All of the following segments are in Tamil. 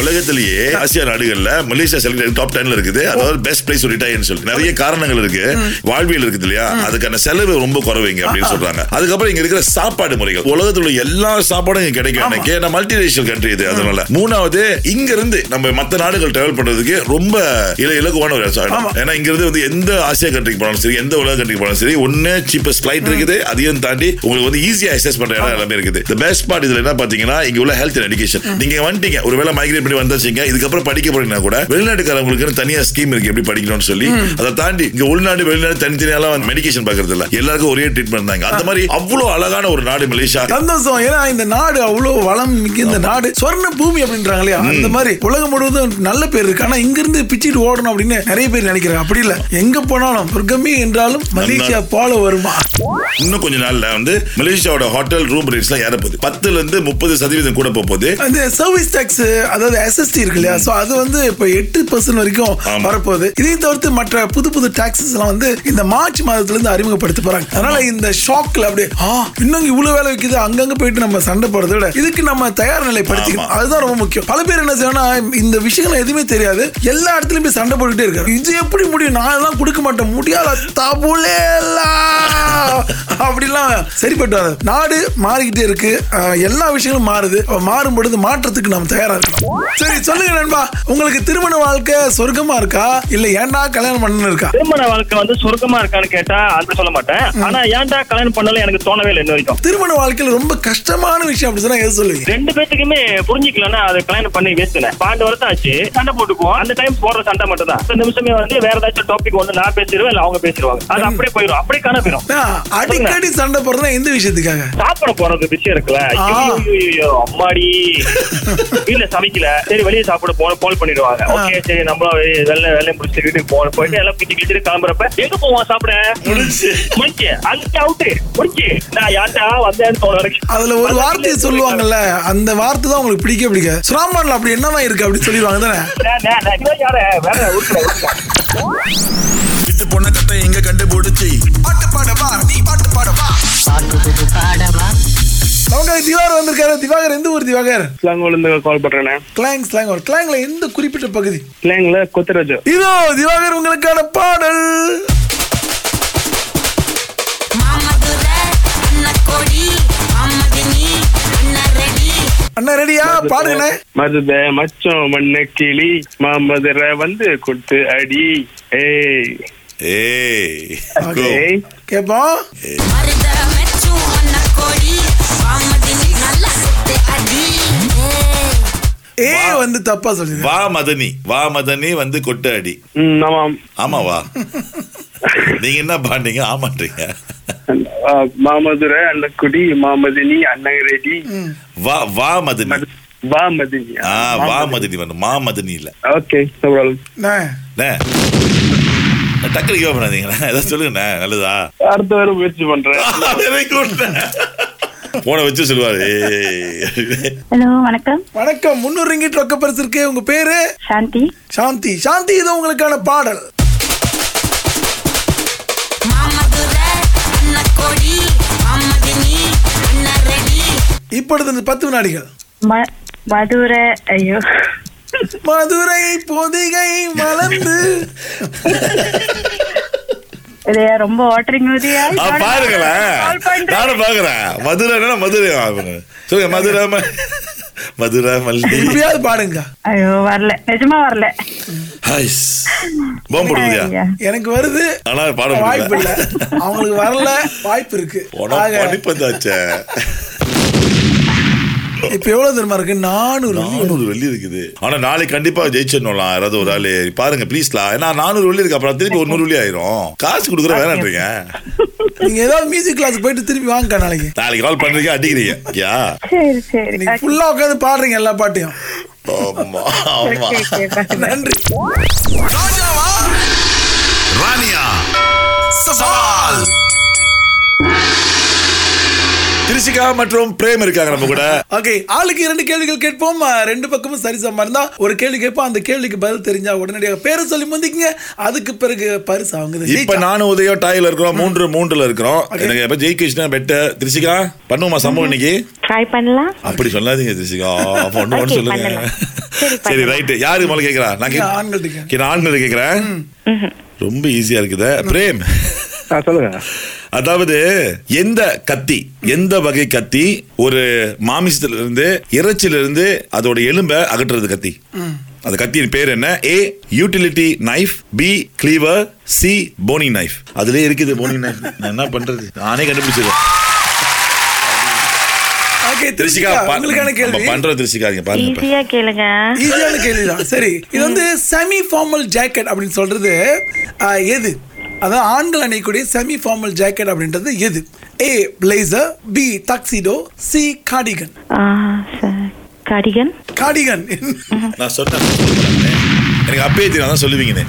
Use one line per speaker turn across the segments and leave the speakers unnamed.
உலகத்திலேயே ஆசியா நாடுகள்ல மலேசியா செலக்ட் டாப் டென்ல இருக்குது அதாவது பெஸ்ட் பிளேஸ் ரிட்டையர்னு சொல்லிட்டு நிறைய காரணங்கள் இருக்கு வாழ்வியல் இருக்குது இல்லையா அதுக்கான செலவு ரொம்ப குறைவுங்க அப்படின்னு சொல்றாங்க அதுக்கப்புறம் இங்க இருக்கிற சாப்பாடு முறைகள் உலகத்துல உள்ள எல்லா சாப்பாடும் இங்க கிடைக்கும் எனக்கு ஏன்னா மல்டிநேஷனல் கண்ட்ரி இது அதனால மூணாவது இங்க இருந்து நம்ம மத்த நாடுகள் டிராவல் பண்றதுக்கு ரொம்ப இல இலகுவான ஒரு இடம்
ஆமா.
ஏன்னா இங்க இருந்து வந்து எந்த ஆசியா கண்ட்ரிக்கு போனாலும் சரி எந்த உலக கண்ட்ரிக்கு போனாலும் சரி ஒன்னு சீப்பஸ்ட் ஃபிளைட் இருக்குது அதையும் தாண்டி உங்களுக்கு வந்து ஈஸியா அக்சஸ் பண்ற இடம் எல்லாமே இருக்குது the பெஸ்ட் பார்ட் இதுல என்ன பாத்தீங்கன்னா இங்க உள்ள ஹெல்த் அண்ட் எஜுகேஷன் நீங்க வந்துட்டீங்க ஒருவேளை மைக்ரேட் பண்ணி வந்தாச்சுங்க இதுக்கப்புறம் படிக்க போறீங்கன்னா கூட வெளிநாட்டுக்காரங்களுக்கு தனியா ஸ்கீம் இருக்கு எப்படி படிக்கணும்னு சொல்லி அதை தாண்டி இங்க உள்நாடு வெளிநாடு தனித்தனியாலாம் மெடிக்கேஷன் பாக்குறது இல்ல எல்லாருக்கும் ஒரே ட்ரீட்மெண்ட் தாங்க அந்த மாதிரி அவ்வளவு அழகான ஒரு நாடு மலேசியா
சந்தோஷம் ஏன்னா இந்த நாடு அவ்வளவு வளம் மிக்க இந்த நாடு சொர்ண பூமி அப்படின்றாங்க இல்லையா அந்த மாதிரி உலகம் முழுவதும் நல்ல பேர் இருக்கு ஆனா இங்க இருந்து பிச்சுட்டு ஓடணும் அப்படின்னு நிறைய பேர் நினைக்கிறாங்க அப்படி இல்ல எங்க போனாலும் சொர்க்கமே என்றாலும் மலேசியா போல வருமா
இன்னும் கொஞ்ச நாள்ல வந்து மலேசியாவோட ஹோட்டல் ரூம் ரேட்ஸ் எல்லாம் ஏற போகுது பத்துல இருந்து முப்பது சதவீதம் கூட போக போகுது
அந்த சர்வீஸ் டாக்ஸ் அதாவது எஸ்எஸ்டி இருக்கு இல்லையா சோ அது வந்து இப்ப எட்டு பர்சன்ட் வரைக்கும்
ஆமா.
வரப்போகுது இதையும் தவிர்த்து மற்ற புது புது டாக்ஸஸ் எல்லாம் வந்து இந்த மார்ச் மாதத்துல இருந்து அறிமுகப்படுத்த போறாங்க அதனால இந்த ஷாக்ல அப்படியே ஆ இன்னும் இவ்வளவு வேலை வைக்குது அங்கங்க போயிட்டு நம்ம சண்டை போறதை விட இதுக்கு நம்ம தயார் நிலைப்படுத்திக்கணும்
ஆமா.
அதுதான் ரொம்ப முக்கியம் பல பேர் என்ன செய்யணும்னா இந்த விஷயங்கள் எதுவுமே தெரியாது எல்லா இடத்துலயும் போய் சண்டை போட்டுட்டே இருக்காரு இது எப்படி முடியும் நான் எல்லாம் கொடுக்க மாட்டேன் முடியாத தபுலேலா அப்படிலாம் சரிப்பட்டு வராது நாடு மாறிக்கிட்டே இருக்கு அஹ், எல்லா விஷயங்களும் மாறுது அப்ப மாறும் பொழுது மாற்றத்துக்கு நாம் தயாரா இருக்கணும் சரி சொல்லுங்க நண்பா உங்களுக்கு திருமண வாழ்க்கை சொர்க்கமா இருக்கா இல்ல ஏன்டா கல்யாணம் பண்ணணும் இருக்கா
திருமண வாழ்க்கை வந்து சொர்க்கமா இருக்கான்னு கேட்டா அது சொல்ல மாட்டேன் ஆனா ஏன்டா கல்யாணம் பண்ணல எனக்கு தோணவே இல்லை இன்ன வரைக்கும்
திருமண வாழ்க்கையில ரொம்ப கஷ்டமான விஷயம் அப்படி சொன்னா எது சொல்லுவீங்க
ரெண்டு பேத்துக்குமே புரிஞ்சுக்கலன்னா அது கல்யாணம் பண்ணி வேஸ்ட்ல பன்னெண்டு வருஷம் ஆச்சு சண்டை போட்டுக்குவோம் அந்த டைம் போடுற சண்டை மட்டும் தான் அந்த நிமிஷமே வந்து வேற ஏதாச்சும் டாபிக் ஒண்ணு நான் பேசிடுவேன் இல்ல அவங்க பேசிடுவாங்க அது அப்படியே போயிடும் அப்படியே காண போயிடும்
நான் அடிக்கடி சண்டை போடுறதுன்னா எந்த விஷயத்துக்காக
சாப்பிட போறது விஷயம் இருக்குல்ல
ஆ.
ஐயோ, ஐயோ, ஐயோ, அம்மாடி வீட்ல சமைக்கல சரி வெளியே சாப்பிட போன கால் பண்ணிடுவாங்க
ஆ.
ஓகே சரி நம்மளும் வெளிய- வெளில வேலையை முடிச்சுட்டு வீட்டுக்கு போன போயிட்டு எல்லாம் பிச்சு கிழிச்சிட்டு கிளம்புறப்ப எங்க போவோம் சாப்பிட முடிஞ்சு முடிஞ்சு அங்கே அவுட்டு முடிஞ்சு நான் யார்ட்டா வந்தேன்னு தோண வரைக்கும்
அதுல ஒரு வார்த்தையை சொல்லுவாங்கல்ல அந்த வார்த்தை தான் உங்களுக்கு பிடிக்க பிடிக்காது சுறாமான்ல அப்படி என்னவா இருக்கு அப்படி சொல்லிடுவாங்க தானே
நான், நான், நான் இவன் யாரு? வேற ஊருக்குள்ள, ஊருக்குள்ள.
வித்து பொண்ண கட்ட எங்க கண்டுபிடிச்சி பாட்டு பாடவா நீ பாட்டு பாடவா
அவங்க திவாகர் வந்திருக்காரு திவாகர் எந்த ஊர் திவாகர்
ஸ்லாங்கோல இருந்து கால் பண்றேண்ணே
கிளாங் ஸ்லாங் ஒரு கிளாங்ல எந்த குறிப்பிட்ட பகுதி
ஸ்லாங்ல கொத்தராஜு
இதோ திவாகர் உங்களுக்கான பாடல்
மாமதுர அன்னக்கோடி அம்மதினி அன்னரடி
அண்ணா ரெடியா பாடுங்கண்ணே
மதுத மச்சம் மண்ணு கிளி மாமதுரை வந்து கொடுத்து அடி ஏய்
ஏய்
Okay.
go.
ஏய்
கேட்போம்
மருத மெச்சு அன்னக்கோடி அம்மதினி நல்ல சுத்து அடி ஏய்.
ஏ வந்து தப்பா சொல்லுங்க
வா மதனி வா மதனி வந்து கொட்டு அடி
ம், ஆமாம்
ஆமாவா நீங்க என்ன பாண்டீங்க ஆமான்றீங்க
ஆ, மாமதுரை அன்னக்குடி மாமதினி அன்னரெடி
வா வா மதனி
மது- வா மதினி
ஆ வா மதனி வந்து மா மதனி இல்ல
ஓகே no problem.
அண்ணே,
அண்ணே, டக்குனு கேவ பண்ணாதீங்கண்ணா ஏதாவது சொல்லுங்கண்ணே நல்லதா
அடுத்த வாரம் முயற்சி பண்றேன்
Very good ண்ணே. போன வச்சு சொல்லுவாரு ஏய்.
ஹலோ வணக்கம்
வணக்கம் முன்னூறு ரிங்கிட் ரொக்க பரிசு இருக்கு உங்க பேரு
சாந்தி
சாந்தி சாந்தி இது உங்களுக்கான பாடல்
மாமதுர அன்னக்கோடி அம்மதினி அன்னரடி
இப்பொழுது இந்த பத்து வினாடிகள்
ம- மதுரை ஐயோ
மதுரை பொதிகை மலர்ந்து
இல்லையா ரொம்ப ஓட்டுறீங்க உதயா
ஆ, பாருங்களேன் நானும் பாக்குறேன் மதுரைன்னா மதுரை ஆகுங்க. சொல்லுங்க மதுரை ம- மதுரை மல்லி
எப்படியாவது பாடுங்க
ஐயோ வரல நிஜமா வரல
ஹைஸ் பாம்பு போடுவியா
ஐயா.
எனக்கு வருது
ஆனா பாட முடியல.
வாய்ப்பு இல்ல அவங்களுக்கு வரல வாய்ப்பு இருக்கு
உனக்கு
ஆக,
படிப்பு வந்தாச்சே
இப்ப எவ்வளவு தெரியுமா இருக்கு நானூறு
நானூறு வெள்ளி இருக்குது ஆனா நாளைக்கு கண்டிப்பா ஜெயிச்சிடணும்லாம் யாராவது ஒரு ஆளு பாருங்க ப்ளீஸ்லா ஏன்னா நானூறு வெள்ளி இருக்கு அப்புறம் திருப்பி ஒரு நூறு வெள்ளி ஆயிரும் காசு கொடுக்குற வேணான்றீங்க
நீங்க ஏதாவது மியூசிக் கிளாஸ் போயிட்டு திருப்பி வாங்க நாளைக்கு
நாளைக்கு கால் பண்றீங்க அடிக்கிறீங்க யா
சரி சரி
நீங்க ஃபுல்லா உட்காந்து பாடுறீங்க எல்லா பாட்டையும்
ஆமா ஆமா
ஓகே, ஓகே, பாருங்க.
நன்றி
ராணியா சவால்
திருஷிகா மற்றும் பிரேம் இருக்காங்க நம்ம கூட
ஓகே ஆளுக்கு இரண்டு கேள்விகள் கேட்போம் அஹ், ரெண்டு பக்கமும் சரிசமமா இருந்தா ஒரு கேள்வி கேட்போம் அந்த கேள்விக்கு பதில் தெரிஞ்சா உடனடியாக பேரை சொல்லி முந்திக்கங்க அதுக்கு பிறகு பரிசு அவங்க
இப்ப நானும் உதயோ டாயில இருக்கிறோம் மூன்று மூன்றுல இருக்கிறோம்
Okay.
எனக்கு எப்ப ஜெய்கிருஷ்ணா பெட்டர் திருஷிகா பண்ணுவோமா சம்பவம் இன்னைக்கு
ட்ரை பண்ணலாம்
அப்படி சொல்லாதீங்க திருஷிகா பண்ணுவோம்னு
Okay,
சொல்லுங்க
பண்ணலாம். சரி,
சரி
பண்ணலாம்.
ரைட் யாரு முதல்ல கேக்குறா நான்
நான்
கேக்-
ஆண்கள்ட்ட கேக்குறேன்.
கே- நான் ஆண்கள் கேக்குறேன் ரொம்ப ஈஸியா இருக்குதே பிரேம்
சொல்லுங்க
அதாவது எந்த கத்தி எந்த வகை கத்தி ஒரு மாமிசத்துல இருந்து இறைச்சில இருந்து அதோட எலும்பை அகற்றுறது கத்தி அந்த கத்தியின் பேர் என்ன A utility knife B cleaver C boning knife அதுலயே இருக்குது போனி நைஃப் நான் என்ன பண்றது நானே கண்டுபிடிச்சிருக்கேன்
ஓகே
திருச்சிகா
திருஷிகா
பா-
உங்களுக்கான
நம்ம
கேள்வி
பண்ற திருச்சிகா இங்க பாருங்க இப்ப.
ஈஸியா கேளுங்க
ஈஸியான கேள்வி தான் சரி இது வந்து செமி ஃபார்மல் ஜாக்கெட் அப்படின்னு சொல்றது அஹ், எது அதாவது ஆண்கள் அணியக்கூடிய செமி ஃபார்மல் ஜாக்கெட் அப்படின்றது எது A blazer B tuxedo C cardigan
cardigan
cardigan
நான் சொன்னேன் எனக்கு அப்பயே தெரியும் அதான் சொல்லுவீங்கன்னு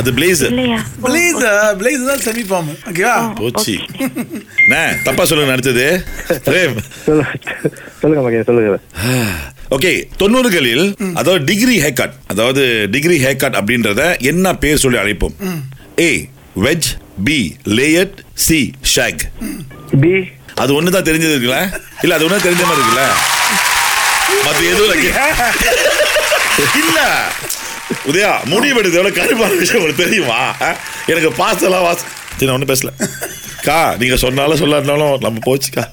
அது பிளேசர்
இல்லையா
பிளேசர் பிளேசர் தான் செமி ஃபார்மல் ஓகேவா
போச்சு அண்ணே, தப்பா சொல்லுங்க அடுத்தது பிரேம்
சொல்லுங்க சொல்லுங்க மகன் சொல்லுங்க
ஓகே தொண்ணூறுகளில் அதாவது டிகிரி ஹேர் கட் அதாவது டிகிரி ஹேர் கட் அப்படின்றத என்ன பேர் சொல்லி அழைப்போம் A wedge B layered C shag
B
அது ஒன்று தான் தெரிஞ்சது இருக்குல்ல இல்ல அது ஒன்று தெரிஞ்ச மாதிரி இருக்குல்ல மற்ற எதுவும் இல்ல கே- இல்ல உதயா முடிவெடுத்து எவ்வளோ கருப்பான விஷயம் உங்களுக்கு தெரியுமா அஹ்? எனக்கு பாசலாம் வாச சரி நான் ஒன்றும் பேசல கா நீங்க சொன்னாலும் சொல்லாட்டினாலும் நம்ம போச்சுக்கா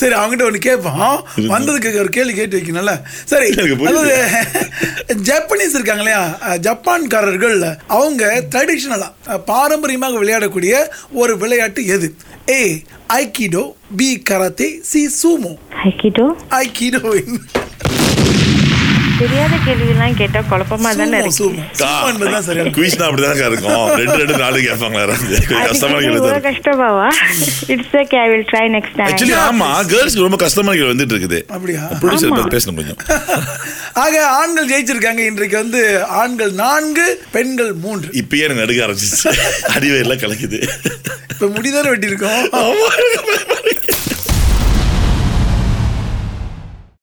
சரி அவங்ககிட்ட ஒன்று கேட்போம் வந்ததுக்கு ஒரு கேள்வி கேட்டு வைக்கணும்ல சரி
எனக்கு புரியுது.
அதாவது ஜப்பனீஸ் இருக்காங்க இல்லையா அஹ், ஜப்பான்காரர்கள் அவங்க ட்ரெடிஷ்னலாக பாரம்பரியமாக விளையாடக்கூடிய ஒரு விளையாட்டு எது A aikido B karate C sumo
aikido
aikido
தெரியாத கேள்வியெல்லாம் கேட்டா குழப்பமா தானே
சூமோ
இருக்கு
சூமோ சூமோ என்பதுதான் சரியான
குயிஸ்னா அப்படிதான் இருக்கும் ரெண்டு ரெண்டு நாலு கேட்பாங்களா கொஞ்சம் கஷ்டமான கேள்வி
அதுக்கு இவ்வளவு கஷ்டமாவா it's okay I will try next
actually
time
ஆமா கேர்ள்ஸ்க்கு ரொம்ப கஷ்டமான கேள்வி வந்துட்டு இருக்குது
அப்படியா?
ப்ரொடியூசர்
ஆமா.
பார்த்து பேசணும் கொஞ்சம்
ஆக ஆண்கள் ஜெயிச்சிருக்காங்க இன்றைக்கு வந்து ஆண்கள் நான்கு பெண்கள் மூன்று
இப்பயே எனக்கு நடுக்க ஆரம்பிச்சிச்சு அடிவேர்லாம் கலக்குது
இப்போ முடிதானே வெட்டியிருக்கோம்
ஆமா, எனக்கு பயமா இருக்கு.